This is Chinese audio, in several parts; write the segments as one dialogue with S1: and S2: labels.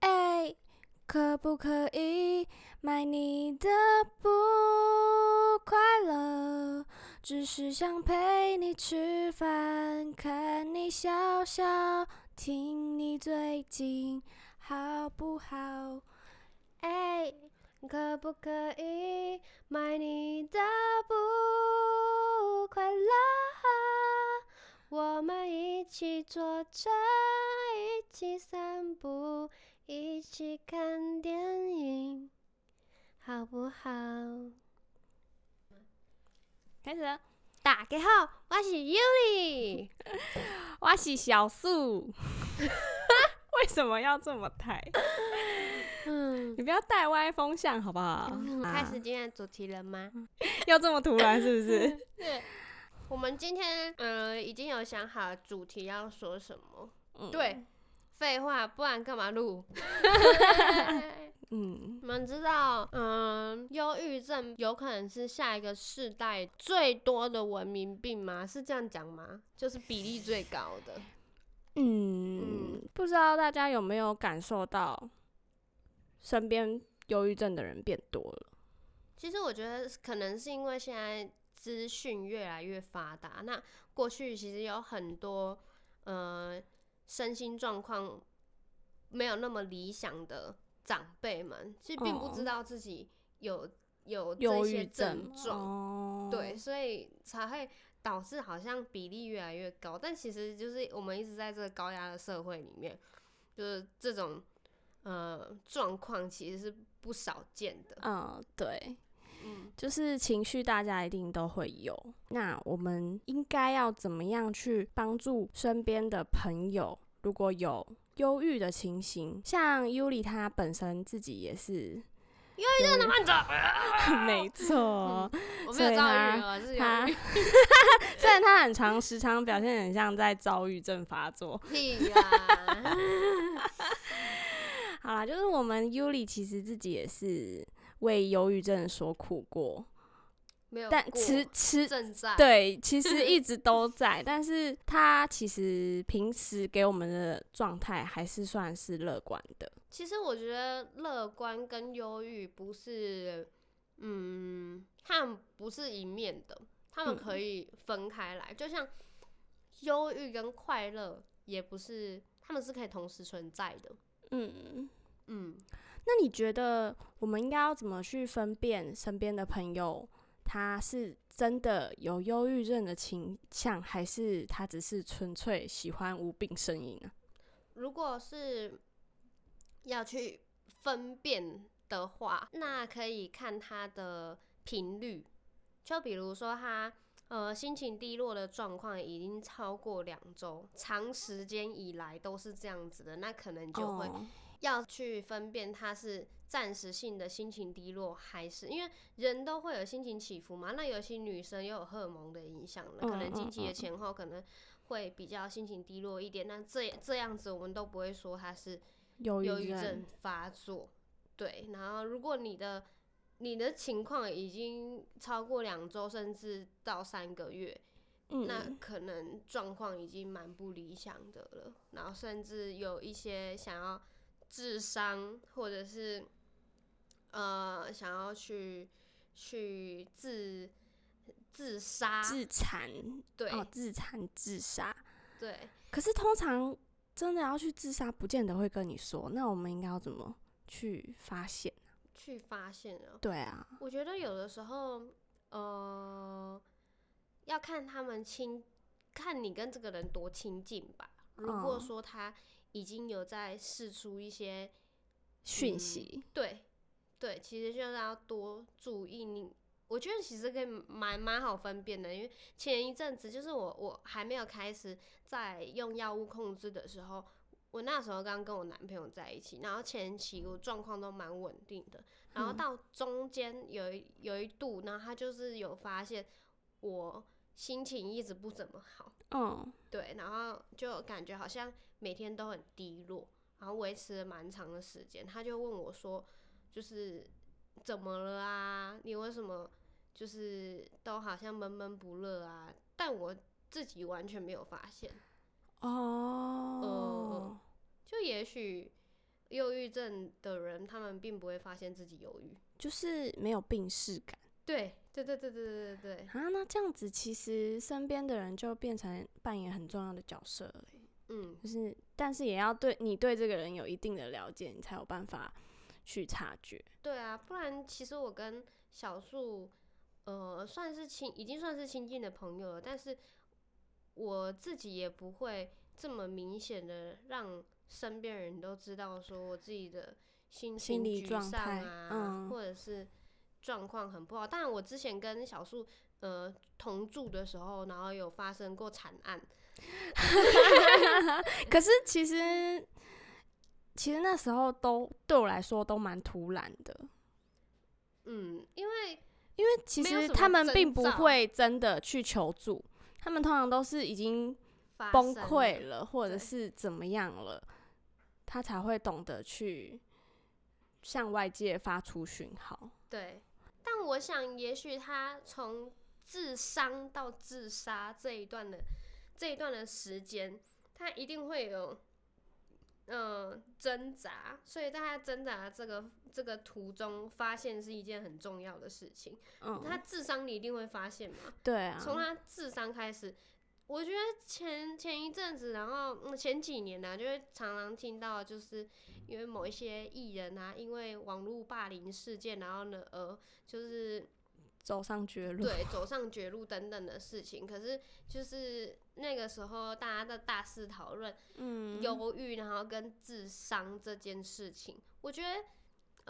S1: 哎可不可以买你的不快乐？只是想陪你吃饭，看你笑笑，听你最近好不好？
S2: 哎、可不可以买你的不快乐？我们一起坐着，一起散步，一起看电影，好不好？
S1: 开始了，
S2: 大家好，我是 Yuri，
S1: 我是小树。 为什么要这么抬？
S2: 嗯，
S1: 你不要带歪风向好不 好？嗯
S2: 开始今天的主题了吗？
S1: 又这么突然是不是？
S2: 对，我们今天呃已经有想好主题要说什么。
S1: 嗯，
S2: 对，废话，不然干嘛 录？
S1: 嗯
S2: 你们知道，嗯，忧郁症有可能是下一个世代最多的文明病吗？是这样讲吗？就是比例最高的。
S1: 嗯，不知道大家有没有感受到身边忧郁症的人变多了？
S2: 其实我觉得可能是因为现在资讯越来越发达，那过去其实有很多呃身心状况没有那么理想的长辈们，其实并不
S1: 哦
S2: 知道自己有、有这
S1: 忧
S2: 些
S1: 郁症
S2: 症状。
S1: 哦，
S2: 对，，所以才会导致好像比例越来越高，但其实就是我们一直在这个高压的社会里面，就是这种呃状况其实是不少见的。
S1: 嗯，对，
S2: 嗯，
S1: 就是情绪大家一定都会有。那我们应该要怎么样去帮助身边的朋友？如果有忧郁的情形，像 Yuli 她本身自己也是
S2: 忧郁症的患者，
S1: 没错，
S2: 我没
S1: 所
S2: 有
S1: 以
S2: 遭
S1: 他
S2: 遇哦，是有
S1: 他虽然他很常时常表现很像在遭郁症发作，
S2: 屁呀！
S1: 好啦，就是我们 Yuli 其实自己也是为忧郁症所苦过，
S2: 没有过，
S1: 但迟迟
S2: 正在
S1: 对，其实一 直都在，但是他其实平时给我们的状态还是算是乐观的，
S2: 其实我觉得乐观跟忧郁不是，嗯，他们不是一面的，他们
S1: 嗯
S2: 可以分开来。就像忧郁跟快乐也不是，他们是可以同时存在的。
S1: 嗯。
S2: 嗯，
S1: 那你觉得我们应该要怎么去分辨身边的朋友他是真的有忧郁症的倾向，还是他只是纯粹喜欢无病呻吟啊？
S2: 如果是要去分辨的话，那可以看他的频率，就比如说他呃心情低落的状况已经超过两周，长时间以来都是这样子的，那可能就会
S1: 哦
S2: 要去分辨他是暂时性的心情低落，还是因为人都会有心情起伏嘛。那尤其女生又有荷尔蒙的影响了，可
S1: 嗯
S2: 能
S1: 嗯
S2: 经期
S1: 嗯
S2: 的前后可能会比较心情低落一点。那这这样子，我们都不会说他是
S1: 忧
S2: 忧
S1: 郁
S2: 郁
S1: 症
S2: 症发作。对，然后如果你的你的情况已经超过两周，甚至到三个月，那
S1: 嗯，
S2: 可能状况已经蛮不理想的了，然后甚至有一些想要智商，或者是呃想要去去自自杀，
S1: 自残
S2: 对、
S1: 哦，自残自杀。
S2: 对，
S1: 可是通常真的要去自杀，不见得会跟你说。那我们应该要怎么去发现？
S2: 去发现了。
S1: 对啊，
S2: 我觉得有的时候，呃，要看他们亲，看你跟这个人多亲近吧。如果
S1: 嗯
S2: 说他已经有在试出一些
S1: 讯
S2: 嗯
S1: 息，
S2: 对，对，其实就是要多注意你。我觉得其实可以蛮蛮好分辨的，因为前一阵子就是我我还没有开始在用药物控制的时候，我那时候刚跟我男朋友在一起，然后前期我状况都蛮稳定的，然后
S1: 嗯
S2: 到中间有一有一度，然后他就是有发现我心情一直不怎么好，
S1: 嗯，
S2: 对，然后就感觉好像每天都很低落，然后维持了蛮长的时间。他就问我说，就是怎么了啊？你为什么就是都好像闷闷不乐啊？但我自己完全没有发现，
S1: 哦，
S2: 就也许忧郁症的人，他们并不会发现自己忧郁。
S1: 就是没有病逝感
S2: 对，对，对，对，对，对，对，对，
S1: 啊。那这样子，其实身边的人就变成扮演很重要的角色了耶。
S2: 嗯，
S1: 就是，但是也要对你对这个人有一定的了解，你才有办法去察 觉。
S2: 对啊，不然其实我跟小树，呃，算是亲，已经算是亲近的朋友了，但是我自己也不会这么明显的让身边人都知道，说我自己的心
S1: 心
S2: 情
S1: 理
S2: 沮
S1: 状
S2: 丧
S1: 态
S2: 啊，
S1: 嗯
S2: 或者是状况很不好。当然，我之前跟小树呃同住的时候，然后有发生过惨案，
S1: 可是其实，其实那时候都对我来说都蛮突然的，
S2: 嗯，因为
S1: 因为其
S2: 没有
S1: 实
S2: 什么
S1: 他们
S2: 征
S1: 并不
S2: 兆
S1: 会真的去求助，他们通常都是已经
S2: 发
S1: 崩
S2: 生
S1: 溃
S2: 了，
S1: 了，或者
S2: 对
S1: 是怎么样了，他才会懂得去向外界发出讯号。
S2: 对。但我想，也许他从自伤到自杀这一段的这一段的时间，他一定会有嗯、呃挣扎，所以在他挣扎的这个这个途中，发现是一件很重要的事情。他
S1: 嗯，
S2: 智商你一定会发现嘛，
S1: 对啊，
S2: 从他智商开始，我觉得前前一阵子，然后、嗯、前几年呢、就会常常听到，就是因为某一些艺人啊，因为网络霸凌事件，然后呢，呃，就是
S1: 走上绝路。
S2: 对走上绝路等等的事情。可是就是那个时候，大家在大肆讨论
S1: 嗯，
S2: 忧郁，然后跟智商这件事情，我觉得，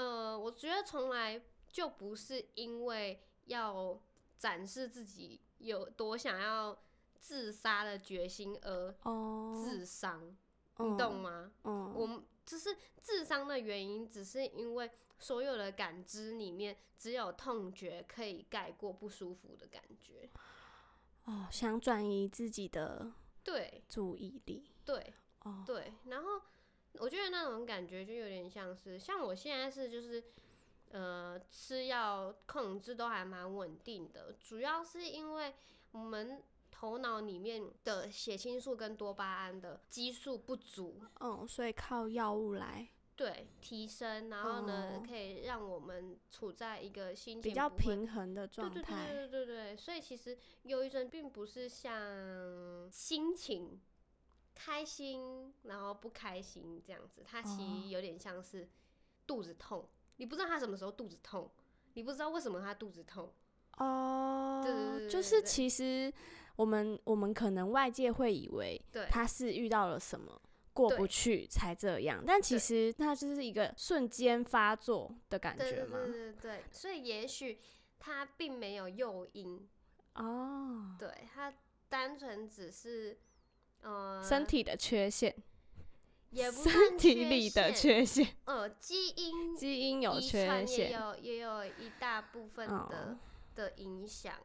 S2: 呃，我觉得从来就不是因为要展示自己有多想要自杀的决心而
S1: 哦，
S2: 自伤，
S1: 嗯
S2: 你懂？吗？
S1: 嗯，
S2: 我们就是智商的原因，只是因为所有的感知里面，只有痛觉可以盖过不舒服的感觉。
S1: 哦，想转移自己的
S2: 对
S1: 注意力。
S2: 对，
S1: 哦，
S2: 对，然后我觉得那种感觉就有点像是，像我现在是就是，呃，吃药控制都还蛮稳定的，主要是因为我们头脑里面的血清素跟多巴胺的激素不足，
S1: 嗯，所以靠药物来
S2: 对，提升，然后呢，
S1: 哦
S2: 可以让我们处在一个心情
S1: 比较
S2: 不会
S1: 平衡的
S2: 对
S1: 状
S2: 对对
S1: 态。
S2: 对对对，所以其实忧郁症并不是像心情开心，然后不开心这样子，它其
S1: 哦
S2: 实有点像是肚子痛，你不知道他什么时候肚子痛，你不知道为什么他肚子痛，
S1: 哦
S2: 对对对，对
S1: 就是
S2: 对
S1: 其实我们我们可能外界会以为
S2: 对
S1: 他是遇到了什么过不
S2: 对
S1: 去才这样，但其
S2: 对
S1: 实那就是一个瞬间发作的感
S2: 对
S1: 觉
S2: 对
S1: 嘛。
S2: 对对对，所以也许他并没有诱因，
S1: 哦，
S2: 对他单纯只是呃
S1: 身体的缺陷，
S2: 也不算
S1: 身体
S2: 缺
S1: 里
S2: 陷
S1: 的缺陷，
S2: 呃基因
S1: 基因有
S2: 遗传
S1: 缺
S2: 也
S1: 陷。
S2: 有也有一大部分的、
S1: 哦
S2: 的影响。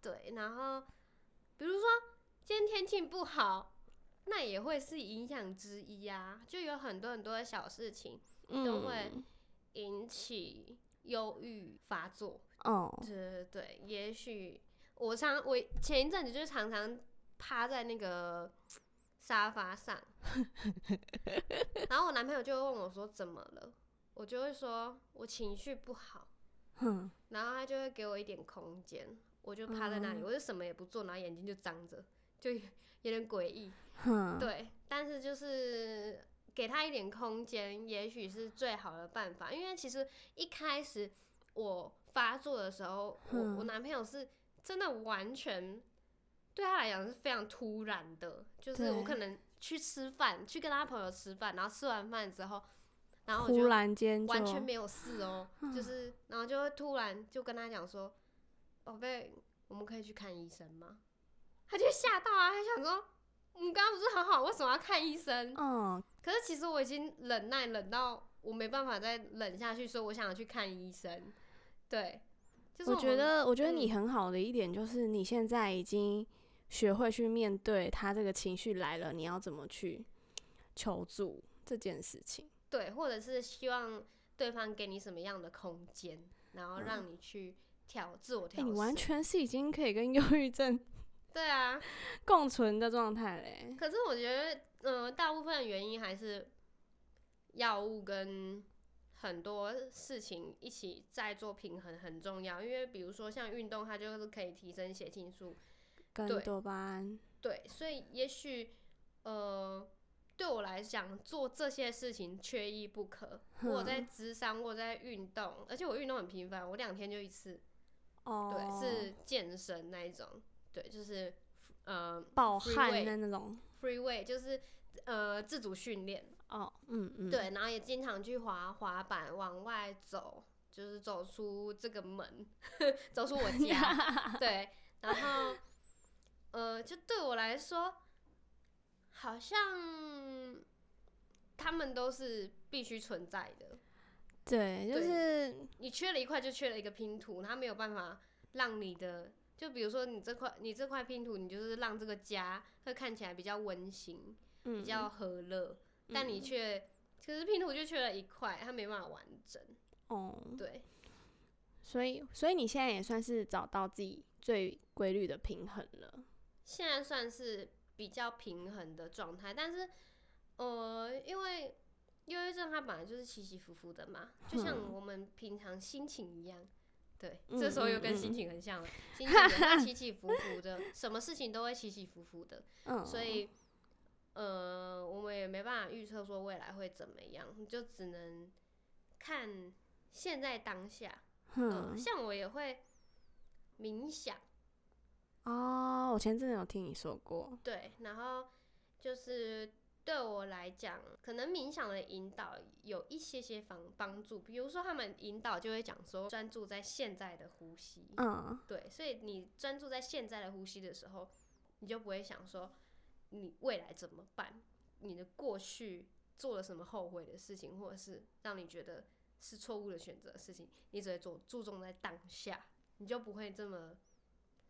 S2: 对，然后比如说今天天气不好，那也会是影响之一啊，就有很多很多的小事情都会
S1: 嗯，
S2: 引起忧郁发作。
S1: 哦，
S2: 对对对，也许我常我前一阵子就常常趴在那个沙发 上，然后我男朋友就会问我说怎么了，我就会说我情绪不好，
S1: 哼，
S2: 然后他就会给我一点空间，我就趴在那里，
S1: 哦
S2: 我就什么也不做，然后眼睛就张着，就 有点诡异。
S1: 哼，
S2: 对，但是就是给他一点空间，也许是最好的办法。因为其实一开始我发作的时候，我我
S1: 嗯
S2: 男朋友是真的完全对他来讲是非常突然的，就是我可能去吃饭，去跟他朋友吃饭，然后吃完饭之后，然后我
S1: 忽
S2: 就
S1: 然间
S2: 完
S1: 就
S2: 全没有事哦，
S1: 嗯
S2: 就是然后就会突然就跟他讲说，宝贝，我们可以去看医生吗？他就吓到啊，他想说，我们刚刚不是好好，为什么要看医生？
S1: 嗯，
S2: 可是其实我已经忍耐忍到我没办法再忍下去，所以我想要去看医生。对，就是
S1: 我
S2: 们
S1: 觉得，我觉得你
S2: 嗯
S1: 很好的一点就是，你现在已经学会去面对他这个情绪来了，你要怎么去求助这件事情。
S2: 对，或者是希望对方给你什么样的空间，然后让你去调自我
S1: 哎、
S2: 调
S1: 你完
S2: 整。
S1: 全是已经可以跟忧郁症
S2: 对啊，
S1: 共存的状态嘞。
S2: 呃可是我觉得，嗯、大部分的原因还是药物跟很多事情一起再做平衡很重要，因为比如说像运动，它就是可以提升血清素，对
S1: 跟多巴胺，
S2: 对，所以也许呃，对我来讲，做这些事情缺一不可。我在智商，我在运动，而且我运动很频繁，我两天就一次，
S1: 哦，
S2: 对，是健身那一种，对，就是呃
S1: 暴
S2: free
S1: 汗
S2: weight
S1: 的那种，
S2: free way，就是呃自主训练，
S1: 哦，嗯嗯，，
S2: 对，然后也经常去滑滑板，往外走，就是走出这个门， 走出我家，对，然后，呃，就对我来说，好像他们都是必须存在的。
S1: 对，就
S2: 对
S1: 是
S2: 你缺了一块，就缺了一个拼图，它没有办法让你的，就比如说你这块，你这块拼图，你就是让这个家会看起来比较温馨，比
S1: 嗯，
S2: 较和乐，但你却。可是拼图就缺了一块，它没办法完整。
S1: 哦，
S2: 对，
S1: 所以所以你现在也算是找到自己最规律的平衡了，
S2: 现在算是比较平衡的状态，但是呃，因为忧郁症它本来就是起起伏伏的嘛，就像
S1: 哼
S2: 我们平常心情一样。对，
S1: 嗯
S2: 这时候又
S1: 嗯
S2: 跟
S1: 嗯
S2: 心情很像了，心情也是起起伏伏的， 什么事情都会起起伏伏的，
S1: 嗯，
S2: 所以呃，我们也没办法预测说未来会怎么样，你就只能看现在当下。嗯、
S1: 哼，
S2: 像我也会冥想。
S1: 哦，我前阵子有听你说过，
S2: 对，然后就是对我来讲，可能冥想的引导有一些些帮帮助，比如说他们引导就会讲说专注在现在的呼吸，
S1: 嗯，
S2: 对，所以你专注在现在的呼吸的时候，你就不会想说你未来怎么办，你的过去做了什么后悔的事情，或者是让你觉得是错误的选择的事情，你只会注注重在当下，你就不会这么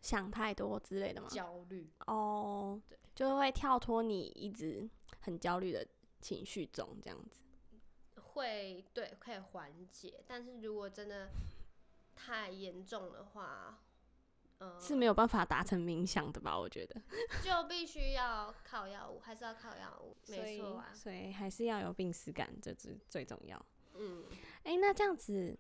S1: 想太多之类的吗？
S2: 焦虑。
S1: 哦
S2: 对，
S1: 就会跳脱你一直很焦虑的情绪中，这样子。
S2: 会对可以缓解，但是如果真的太严重的话，呃，
S1: 是没有办法达成冥想的吧？我觉得，
S2: 就必须要靠药物，还是要靠药物，没错啊，
S1: 所以还是要有病耻感，这是最重要。
S2: 嗯，
S1: 诶，那这样子，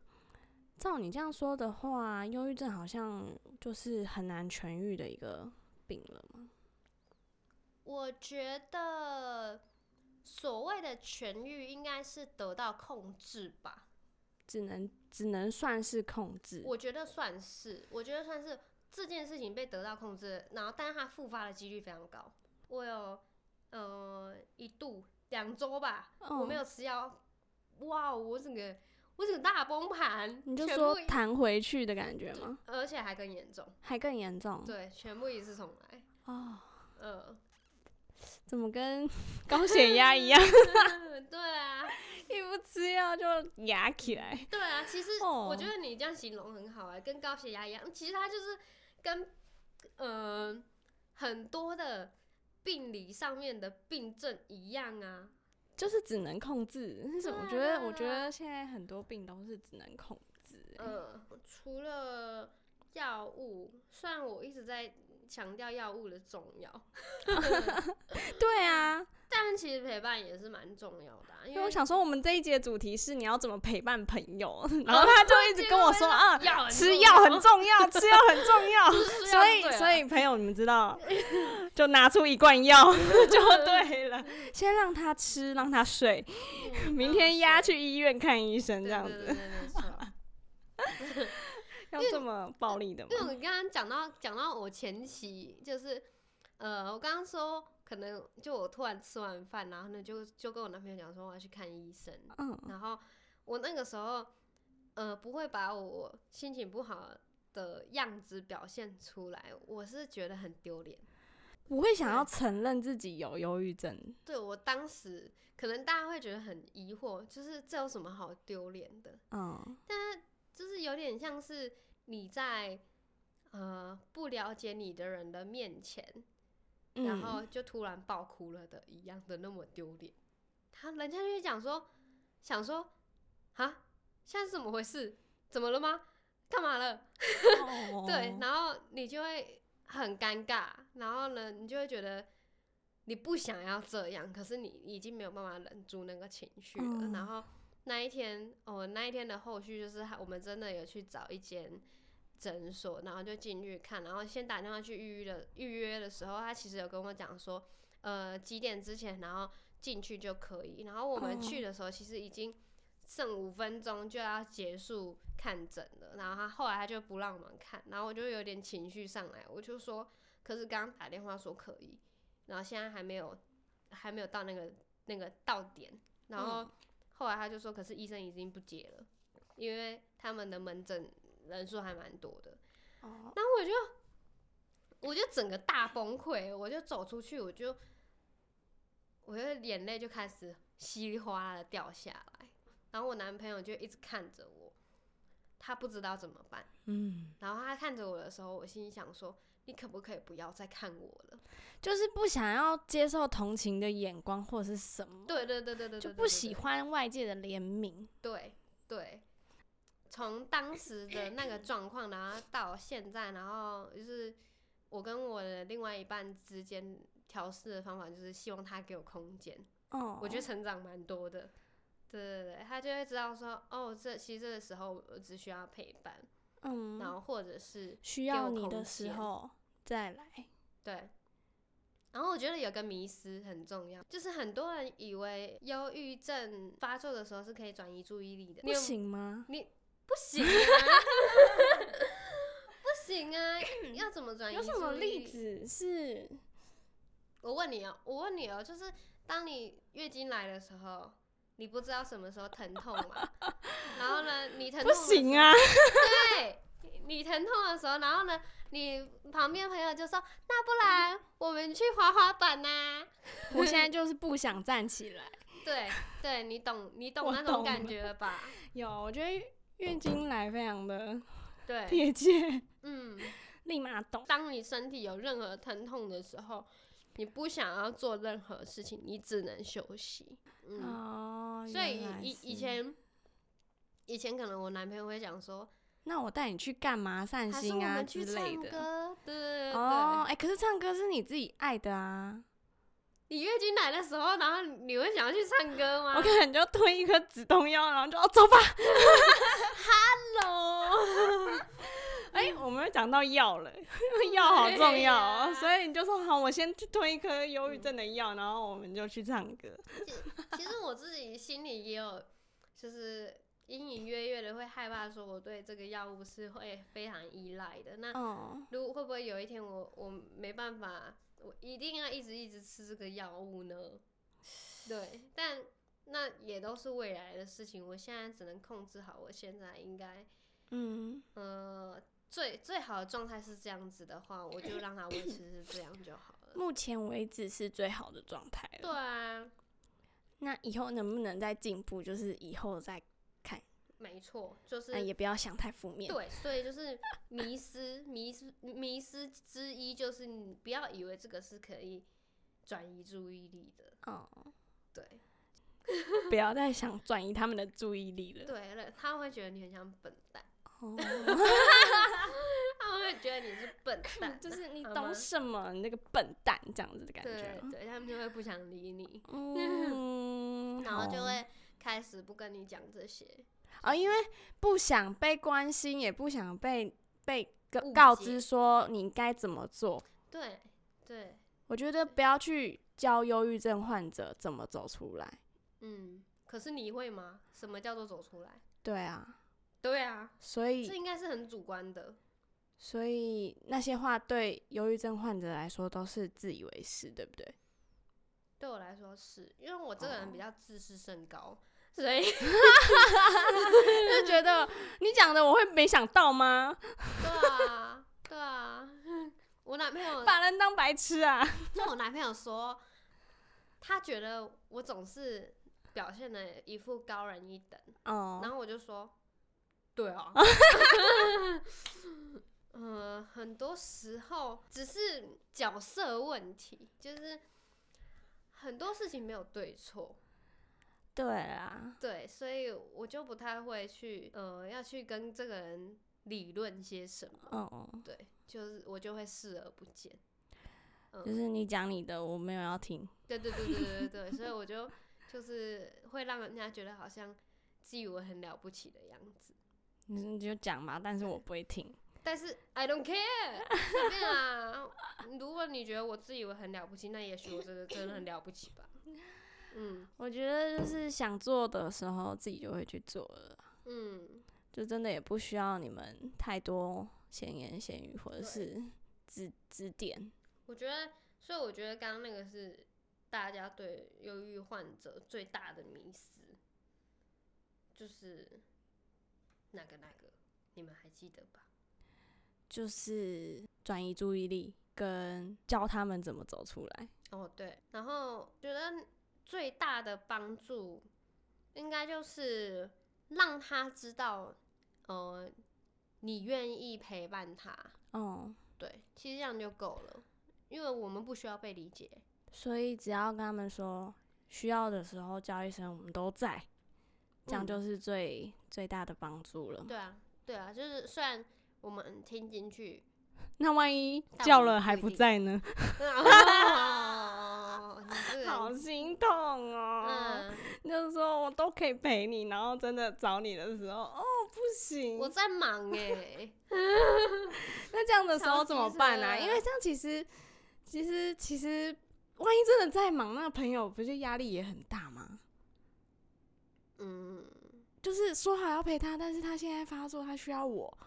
S1: 照你这样说的话，忧郁症好像就是很难痊愈的一个病了吗？
S2: 我觉得所谓的痊愈应该是得到控制吧，
S1: 只能只能算是控制。
S2: 我觉得算是，我觉得算是这件事情被得到控制，然后但是它复发的几率非常高，我有呃一度两周吧，我没
S1: 嗯，
S2: 有吃药，哇，我整个我整个大崩盘，
S1: 你就
S2: 全
S1: 说
S2: 部一，
S1: 弹回去的感觉吗？
S2: 而且还更严重，
S1: 还更严重。
S2: 对，全部一次重来，
S1: 哦，
S2: 呃，
S1: 怎么跟 高血压一样？
S2: 对啊，
S1: 一不吃药就压起来。
S2: 对啊，其实
S1: 哦
S2: 我觉得你这样形容很好啊、跟高血压一样，其实它就是跟呃很多的病理上面的病症一样啊，
S1: 就是只能控制，但是
S2: 对啊
S1: 我觉得，
S2: 对啊
S1: 我觉得现在很多病都是只能控制、欸
S2: 呃，除了药物，虽然我一直在强调药物的重要。
S1: 对啊，
S2: 但其实陪伴也是蛮重要的啊、因
S1: 因
S2: 为
S1: 为我想说，我们这一节主题是你要怎么陪伴朋 友，然后他就一直跟我说啊，
S2: 药很
S1: 吃
S2: 重
S1: 药
S2: 要
S1: 很重要， 吃药很重 要。
S2: 吃药
S1: 所以
S2: 就对，了啊
S1: 所以朋友，你们知道， 就拿出一罐 药就对了，先让他吃，让他睡，
S2: 嗯
S1: 明天押
S2: 那
S1: 去医院看医生，
S2: 我
S1: 这
S2: 是
S1: 样
S2: 对
S1: 子
S2: 对对对没错
S1: 要这么暴力的吗
S2: 因？为我刚刚讲到讲到我前期就是呃，我刚刚说可能就我突然吃完饭，然后呢就就跟我男朋友讲说我要去看医生，
S1: 嗯，
S2: 然后我那个时候呃不会把我心情不好的样子表现出来，我是觉得很丢脸。
S1: 我会想
S2: 对
S1: 要承认自己有忧郁症，
S2: 对我当时可能大家会觉得很疑惑，就是这有什么好丢脸的？
S1: 嗯，
S2: 就是有点像是你在呃不了解你的人的面前，然
S1: 嗯
S2: 后就突然爆哭了的一样的那么丢脸。他人家就会讲说，想说啊，现在是怎么回事？怎么了吗？干嘛了？对
S1: 哦，
S2: 然后你就会很尴尬，然后呢，你就会觉得你不想要这样，可是你已经没有办法忍住那个情绪了。
S1: 嗯
S2: 然后那一天，哦，那一天的后续就是还我们真的有去找一间诊所，然后就进去看，然后先打电话去预约的预约的时候，他其实有跟我讲说，呃，几点之前，然后进去就可以。然后我们
S1: 哦
S2: 去的时候，其实已经剩五分钟就要结束看诊了，然后他后来他就不让我们看，然后我就有点情绪上来，我就说，可是刚刚打电话说可以，然后现在还没有还没有到那个那个到点，然
S1: 嗯
S2: 后后来他就说，可是医生已经不接了，因为他们的门诊人数还蛮多的，
S1: 哦，
S2: 然后我就我就整个大崩溃，我就走出去，我就我就眼泪就开始稀里哗啦的掉下来，然后我男朋友就一直看着我，他不知道怎么办，
S1: 嗯，
S2: 然后他看着我的时候，我心里想说，你可不可以不要再看我了？
S1: 就是不想要接受同情的眼光或者是什么，
S2: 对对对对对，
S1: 就
S2: 对
S1: 不喜。欢外界的怜悯。
S2: 对对对，从当时的那个状况，然后到现在，然后就是我跟我的另外一半之间调试的方法，就是希望他给我空间。
S1: 哦，
S2: 我觉得成长蛮多的。对对对，他就会知道说，哦，这其实这个时候我只需要陪伴，
S1: 嗯，
S2: 然后或者是
S1: 需要
S2: 我
S1: 你
S2: 空
S1: 的时
S2: 间
S1: 候再来。
S2: 对。然后我觉得有个迷思很重要，就是很多人以为忧郁症发作的时候是可以转移注意力的，
S1: 不
S2: 你有
S1: 行吗？
S2: 不行啊， 不行啊，要怎么转移？
S1: 有什么例？子是？
S2: 我问你哦，我问你哦，就是当你月经来的时候，你不知道什么时候疼痛嘛？ 然后呢，你疼痛
S1: 不
S2: 的时候
S1: 行啊！
S2: 对，你疼痛的时候，然后呢，你旁边朋友就说：“那不然我们去滑滑板呐、
S1: 我现在就是不想站起 来。
S2: 对，对你懂，你懂
S1: 我
S2: 那种
S1: 懂
S2: 感觉了吧？
S1: 有，我觉得月经来非常的
S2: 对，
S1: 贴切，
S2: 嗯，
S1: 立马懂。
S2: 当你身体有任何疼痛的时候，你不想要做任何事情，你只能休息。嗯，
S1: 哦，
S2: 所以
S1: 原来
S2: 以以
S1: 是，
S2: 前。以前可能我男朋友会讲说，
S1: 那我带你去干嘛散
S2: 还是我
S1: 心啊
S2: 们去
S1: 之
S2: 唱
S1: 类的。
S2: 歌，对对对
S1: 哦，
S2: 对。
S1: 哎、可是唱歌是你自己爱的啊，
S2: 你月经来的时候，然后你会想要去唱歌吗
S1: 我可能就吞一颗止痛药，然后就哦走吧。
S2: ？Hello，
S1: 哎、我们又讲到药了，药好重要
S2: 对呀
S1: 哦，所以你就说好，我先去吞一颗忧郁症的药，然后我们就去唱歌。
S2: 其实我自己心里也有，就是隐隐约约的会害怕，说我对这个药物是会非常依赖的。那
S1: 哦，
S2: 如果会不会有一天我我没办法，我一定要一直一直吃这个药物呢？对，但那也都是未来的事情，我现在只能控制好我现在应该，
S1: 嗯，
S2: 呃，最最好的状态是这样子的话，我就让它维持是这样就好了。
S1: 目前为止是最好的状态
S2: 对
S1: 了。
S2: 啊，
S1: 那以后能不能再进步，就是以后再，
S2: 没错，就是、
S1: 那也不要想太负面。
S2: 对，所以就是迷失，迷失，迷失之一就是你不要以为这个是可以转移注意力的，
S1: 哦，
S2: 对
S1: 不要再想转移他们的注意力了。
S2: 对了，他们会觉得你很像笨蛋，
S1: 哦，
S2: 他们会觉得你是笨蛋，
S1: 就是你
S2: 好
S1: 懂
S2: 吗
S1: 什么？你那个笨蛋这样子的感觉
S2: 对
S1: 吗。
S2: 对，他们就会不想理你，
S1: 嗯，
S2: 然后就
S1: 好
S2: 会开始不跟你讲这些，
S1: 哦，因为不想被关心，也不想被被告
S2: 误
S1: 告
S2: 解
S1: 知说你该怎么做。
S2: 对对，
S1: 我觉得不要去教忧郁症患者怎么走出来。
S2: 嗯，可是你会吗？什么叫做走出来？
S1: 对啊，
S2: 对啊，
S1: 所
S2: 这
S1: 以
S2: 应该是很主观的，
S1: 所以那些话对忧郁症患者来说都是自以为是，对不对？
S2: 对我来说是因为我这个人比
S1: 哦
S2: 较自视甚高，所以。
S1: 就觉得你讲的我会没想到 吗？
S2: 对啊，对啊，我男朋 友
S1: 把人当白痴啊！
S2: 就我男朋友说，他觉得我总是表现的一副高人一等，
S1: 哦，
S2: 然后我就说，对啊， 呃，很多时候只是角色问题，就是很多事情没有对错，
S1: 对啊啦，
S2: 对，所以我就不太会去呃要去跟这个人理论些什么，
S1: 哦，
S2: 嗯对，就是我就会视而不见。嗯
S1: 就是你讲你的，我没有要听。
S2: 对对对对对对对，所以我就就是会让人家觉得好像自以为很了不起的样子，
S1: 你你就讲嘛，但是我不会听。
S2: 但是 I don't care，随便啊。如果你觉得我自以为很了不起，那也许我真的真的很了不起吧。嗯
S1: 我觉得就是想做的时候，自己就会去做了，
S2: 嗯，
S1: 就真的也不需要你们太多闲言闲语或者
S2: 对
S1: 是指指点。
S2: 我觉得，所以我觉得刚刚那个是大家对忧郁患者最大的迷思，就是那个那个，你们还记得吧？
S1: 就是转移注意力，跟教他们怎么走出来。
S2: 哦，对，然后觉得最大的帮助应该就是让他知道，呃，你愿意陪伴他，
S1: 哦，
S2: 对，其实这样就够了，因为我们不需要被理解，
S1: 所以只要跟他们说需要的时候叫一声，我们都在，这样
S2: 嗯
S1: 就是最、最大的帮助了。
S2: 对啊，对啊，就是虽然我们听进 去，
S1: 那万一
S2: 但
S1: 叫
S2: 我们
S1: 了
S2: 不
S1: 还
S2: 一
S1: 不
S2: 定
S1: 在呢？
S2: 哦，你这个人
S1: 好心痛哦。
S2: 嗯，
S1: 就是说我都可以陪你，然后真的找你的时候，哦，不行，
S2: 我在忙哎、
S1: 那这样的时候
S2: 超
S1: 怎么
S2: 级
S1: 办啊？
S2: 热
S1: 因为这样其实，其实，其实，万一真的在忙，那朋友不就压力也很大吗？
S2: 嗯，
S1: 就是说好要陪他，但是他现在发作，他需要我，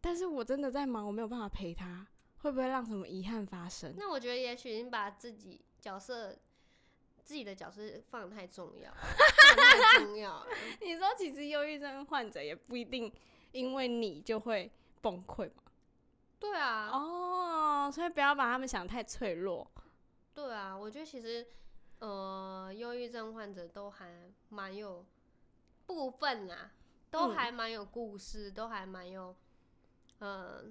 S1: 但是我真的在忙，我没有办法陪他，会不会让什么遗憾发生？
S2: 那我觉得也许你把自己角色。自己的角色放得太重要了， 放得太重要了。
S1: 你说，其实忧郁症患者也不一定因为你就会崩溃嘛？
S2: 对啊，
S1: 哦，所以不要把他们想太脆弱。
S2: 对啊，我觉得其实，呃，忧郁症患者都还蛮有部分啦，都
S1: 嗯
S2: 还蛮有故事，都还蛮有，呃，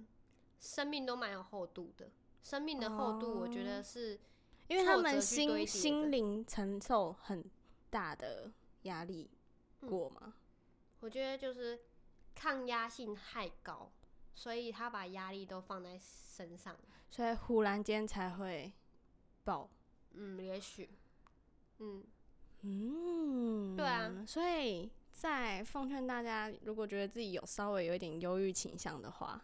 S2: 生命都蛮有厚度的。生命的厚度，我觉得
S1: 哦
S2: 是，
S1: 因为他
S2: 挫
S1: 们
S2: 折去堆叠的
S1: 心心灵承受很大的压力
S2: 嗯
S1: 过嘛，
S2: 我觉得就是抗压性太高，所以他把压力都放在身上。
S1: 所以忽然间才会爆。
S2: 嗯，也许，嗯，
S1: 嗯，
S2: 对啊，
S1: 所以在奉劝大家，如果觉得自己有稍微有一点忧郁倾向的话，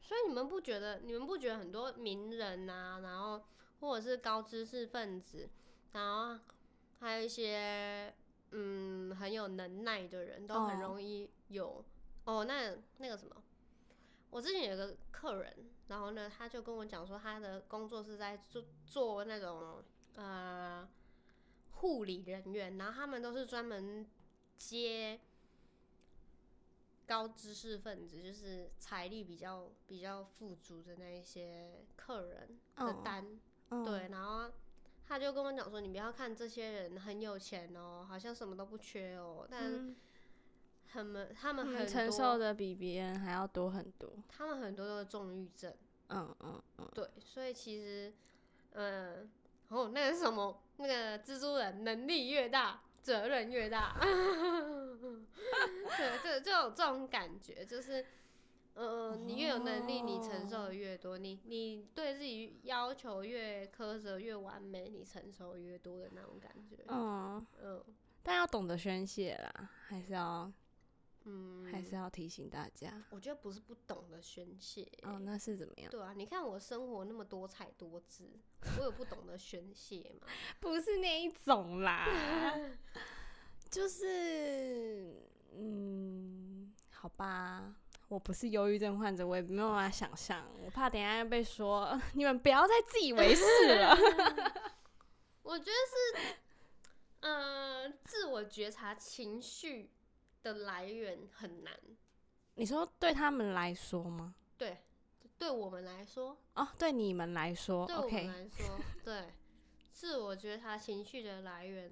S2: 所以你们不觉得，你们不觉得很多名人啊，然后或者是高知识分子，然后还有一些嗯很有能耐的人，都很
S1: 哦
S2: 容易有哦那那个什么，我之前有个客人，然后呢，他就跟我讲说，他的工作是在做做那种呃护理人员，然后他们都是专门接高知识分子，就是财力比较比较富足的那一些客人的
S1: 嗯
S2: 单。
S1: 嗯，
S2: 对，然后他就跟我讲说，你不要看这些人很有钱哦，好像什么都不缺哦，但
S1: 嗯，
S2: 他们、他
S1: 他
S2: 们很多
S1: 承受的比别人还要多很多。
S2: 他们很多都是重郁症，
S1: 嗯嗯嗯，
S2: 对，所以其实，嗯、哦，那个是什么？那个蜘蛛人能力越大，责任越大， 对，这就有这种感觉，就是。呃，你越有能力，你承
S1: 哦
S2: 受的越多，你你对自己要求越苛责、越完美，你承受越多的那种感觉。
S1: 嗯，
S2: 嗯，
S1: 但要懂得宣泄啦，还是要
S2: 嗯，
S1: 还是要提醒大家。
S2: 我觉得不是不懂得宣泄、
S1: 哦，那是怎么样？
S2: 对啊，你看我生活那么多彩多姿，我有不懂得宣泄吗？
S1: 不是那一种 啦，就是嗯，好吧，我不是忧郁症患者，我也没有办法想象，我怕等一下要被说 你们不要再自以为是 了。
S2: 我觉得是，呃，自我觉察情绪的来源很难，
S1: 你说对他们来说吗？
S2: 对，对我们来说，
S1: 哦，对你们来说
S2: 对我们
S1: 哦，OK，
S2: 来说，对，自我觉察情绪的来源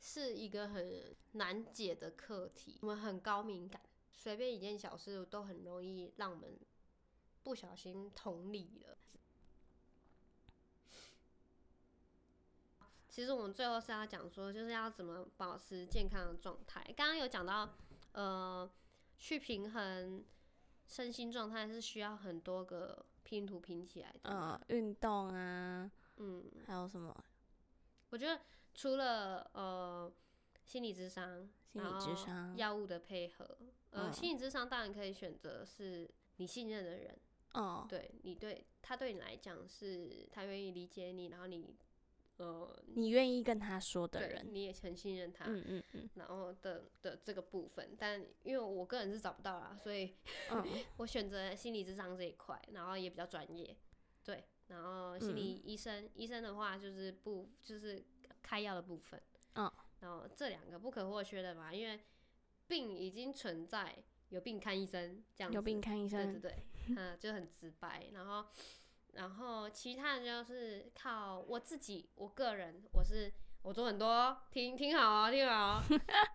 S2: 是一个很难解的课题。我们很高敏感，随便一件小事都很容易让我们不小心同理了。其实我们最后是要讲说，就是要怎么保持健康的状态。刚刚有讲到，呃，去平衡身心状态是需要很多个拼图拼起来的。
S1: 嗯，运动啊，
S2: 嗯，
S1: 还有什么
S2: 我觉得除了呃心理智商、
S1: 心理智商？
S2: 药物的配合，呃，
S1: 嗯
S2: 心理智商当然可以选择是你信任的人，
S1: 哦，
S2: 对你对他对你来讲是他愿意理解你，然后你呃
S1: 你愿意跟他说的
S2: 对
S1: 人，
S2: 你也很信任他，
S1: 嗯嗯嗯
S2: 然后的的这个部分，但因为我个人是找不到啦，所以
S1: 嗯，
S2: 我选择心理智商这一块，然后也比较专业，对，然后心理
S1: 嗯
S2: 医生，医生的话就是不就是开药的部分，
S1: 哦
S2: 然后这两个不可或缺的嘛，因为病已经存在，有病看医生这样子，
S1: 有病看医
S2: 对对
S1: 生，
S2: 对，嗯，就很直白，然后然后其他的就是靠我自己，我个人我是我做很多哦，听听好哦，听 好哦，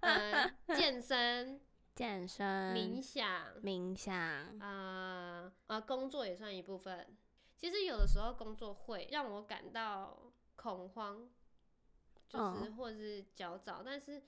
S2: 嗯，健身、
S1: 健身、
S2: 冥想。
S1: 冥想，
S2: 啊呃，工作也算一部分。其实有的时候工作会让我感到恐慌，就是
S1: 嗯
S2: 或者是焦躁，但是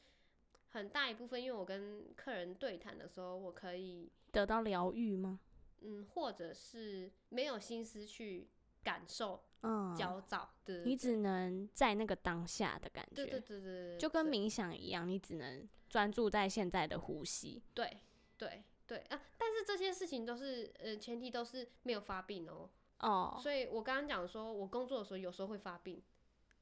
S2: 很大一部分，因为我跟客人对谈的时候，我可以
S1: 得到疗愈吗？
S2: 嗯，或者是没有心思去感受
S1: 嗯，
S2: 焦躁，对对
S1: 你
S2: 对
S1: 只能在那个当下的感
S2: 对对
S1: 觉，
S2: 对对对，
S1: 就跟
S2: 对
S1: 冥想一样，你只能专注在现在的呼吸。
S2: 对对对啊，但是这些事情都是呃，前提都是没有发病哦。
S1: 哦，
S2: 所以我刚刚讲说，我工作的时候有时候会发病。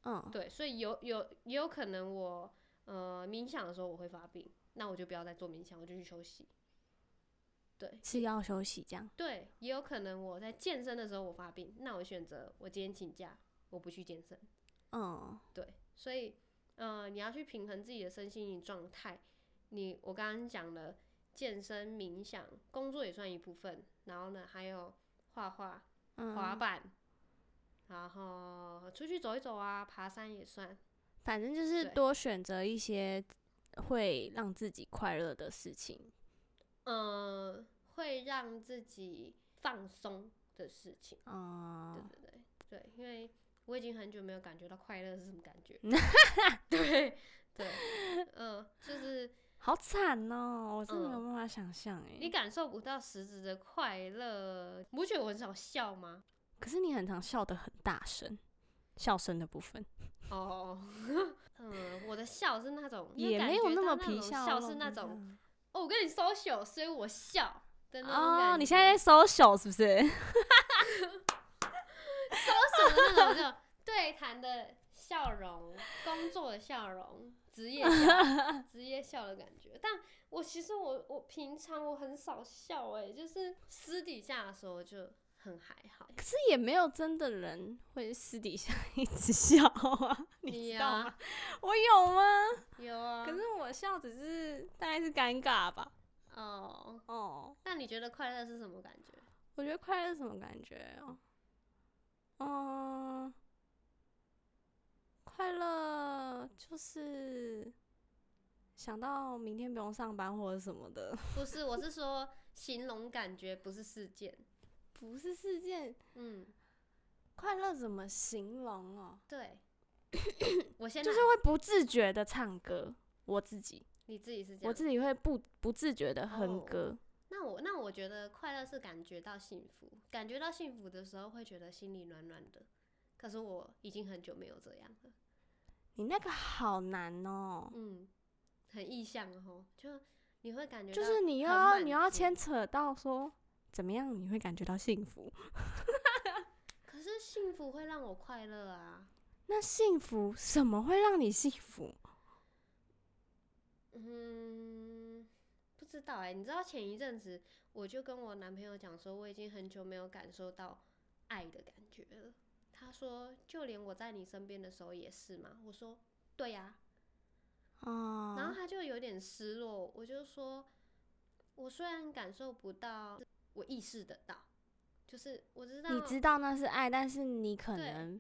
S1: 嗯，
S2: 对，所以有有也有可能我呃冥想的时候我会发病，那我就不要再做冥想，我就去休息。对
S1: 吃药休息这样。
S2: 对，也有可能我在健身的时候我发病，那我选择我今天请假，我不去健身。
S1: 嗯，
S2: 对，所以呃你要去平衡自己的身心灵状态。你我刚刚讲了健身、冥想、工作也算一部分，然后呢还有画画、
S1: 嗯
S2: 滑板，然后出去走一走啊，爬山也算。
S1: 反正就是
S2: 对
S1: 多选择一些会让自己快乐的事情。
S2: 嗯，会让自己放松的事情。
S1: 哦、
S2: 对对对对，因为我已经很久没有感觉到快乐是什么感 觉。对对，嗯、就是
S1: 好惨哦，我真的没有
S2: 嗯
S1: 办法想象哎、
S2: 你感受不到实质的快乐。你不觉得我很少笑吗？
S1: 可是你很常笑得很大声，笑声的部分
S2: 哦， 嗯，我的笑是那种你
S1: 也
S2: 感
S1: 没有
S2: 觉到那
S1: 么皮
S2: 种
S1: 笑
S2: 笑
S1: 肉
S2: 是那
S1: 不
S2: 种
S1: 笑
S2: 哦，我跟你 social，所以我笑的那种
S1: 哦，
S2: 感
S1: 你现
S2: 觉
S1: 在在 social 是不是？
S2: 什么那种就对谈的笑容、工作的笑容、职业笑、职业笑的感觉。但我其实我我平常我很少笑、欸，就是私底下的时候就很还好。
S1: 可是也没有真的人会私底下一直笑啊，
S2: 你
S1: 知道
S2: 啊
S1: 吗？我有吗？
S2: 有啊，
S1: 可是我笑只是大概是尴尬吧。
S2: 哦，
S1: 哦，
S2: 那你觉得快乐是什么感觉？
S1: 我觉得快乐是什么感觉哦？嗯，快乐就是想到明天不用上班或者什么的，
S2: 不是，我是说形容感觉，不是事件。
S1: 不是事件。
S2: 嗯，
S1: 快乐怎么形容哦？
S2: 对。 我先
S1: 就是
S2: 来
S1: 会不自觉的唱歌，我自己，
S2: 你自己是这
S1: 我
S2: 样，
S1: 自己会不不自觉的哼
S2: 哦
S1: 歌。
S2: 那我那我觉得快乐是感觉到幸福，感觉到幸福的时候会觉得心里暖暖的。可是我已经很久没有这样了，
S1: 你那个好难哦，
S2: 嗯，很意向哦，就你会感觉
S1: 就
S2: 到
S1: 是你又
S2: 很
S1: 要
S2: 满
S1: 你又要
S2: 足
S1: 牵扯到说怎么样你会感觉到幸福？
S2: 可是幸福会让我快乐啊，
S1: 那幸福什么会让你幸福？
S2: 嗯，不知道哎、你知道前一阵子我就跟我男朋友讲说，我已经很久没有感受到爱的感觉了。他说，就连我在你身边的时候也是嘛。我说，对呀、
S1: 哦，
S2: 然后他就有点失落，我就说，我虽然感受不到，我意识得到，就是我知道，
S1: 你知道那是爱，但是你可
S2: 对
S1: 能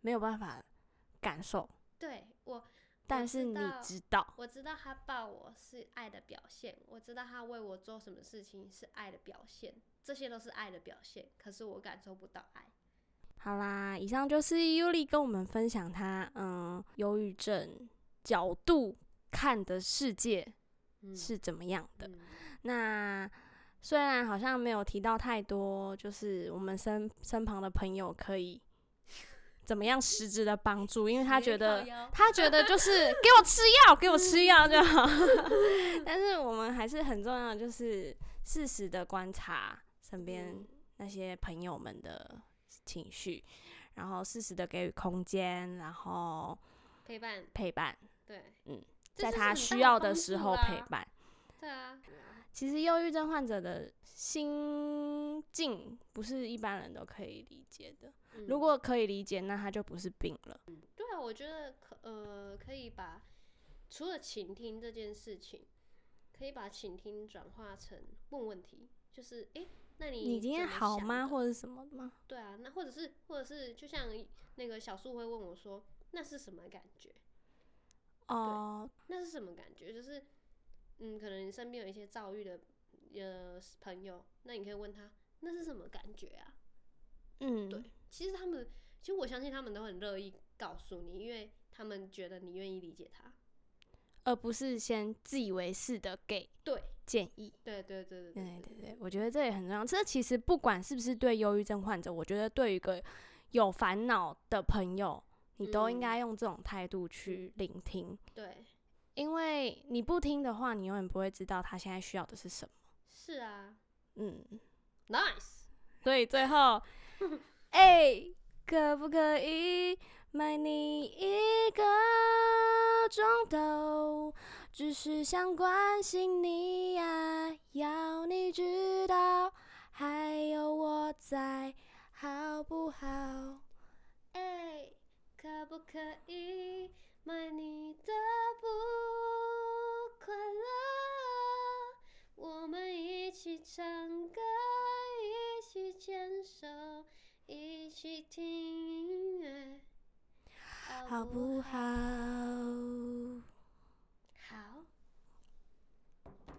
S1: 没有办法感受，
S2: 对我，
S1: 但是你
S2: 道
S1: 知道，
S2: 我知道他抱我是爱的表现，我知道他为我做什么事情是爱的表现，这些都是爱的表现，可是我感受不到爱。
S1: 好啦，以上就是 Yuli 跟我们分享她嗯忧郁症角度看的世界
S2: 嗯
S1: 是怎么样的。
S2: 嗯
S1: 那虽然好像没有提到太多，就是我们身身旁的朋友可以 怎么样实质的帮助，因为他觉得他觉得就是给我吃药，给我吃药
S2: 嗯
S1: 就好。 但是我们还是很重要的，就是适时的观察身边
S2: 嗯
S1: 那些朋友们的情绪，然后适时的给予空间，然后
S2: 陪伴，
S1: 陪伴，
S2: 对，
S1: 嗯，
S2: 这
S1: 在
S2: 就是
S1: 他
S2: 很大
S1: 需要的
S2: 帮
S1: 时
S2: 助
S1: 候
S2: 啦
S1: 陪伴。
S2: 啊对啊，
S1: 其实忧郁症患者的心境不是一般人都可以理解的。
S2: 嗯
S1: 如果可以理解，那他就不是病了。
S2: 对啊，我觉得可呃可以把除了倾听这件事情，可以把倾听转化成问问题，就是诶，那你
S1: 你今天
S2: 怎么
S1: 好
S2: 想
S1: 吗，
S2: 的
S1: 或者什么的吗？
S2: 对啊，那或者是或者是就像那个小树会问我说，那是什么感觉？
S1: 哦，
S2: 那是什么感觉？就是，嗯，可能你身边有一些躁郁的呃朋友，那你可以问他，那是什么感觉啊？
S1: 嗯，
S2: 对其实他们，其实我相信他们都很乐意告诉你，因为他们觉得你愿意理解他。
S1: 而不是先自以为是的给
S2: 对，
S1: 建议。
S2: 对，对，对，对，
S1: 对哎对对，我觉得这也很重要。这其实不管是不是对忧郁症患者，我觉得对于一个有烦恼的朋友，你都应
S2: 嗯
S1: 该用这种态度去聆听，
S2: 对，
S1: 因为你不听的话，你永远不会知道他现在需要的是什么。
S2: 是啊
S1: 嗯。
S2: ，nice，
S1: 所以最后，哎、可不可以买你一个钟头？只是想关心你呀、要你知道还有我在，好不好？
S2: 哎、可不可以买你的不快乐？我们一起唱歌，一起牵手，一起听音乐，
S1: 好不好？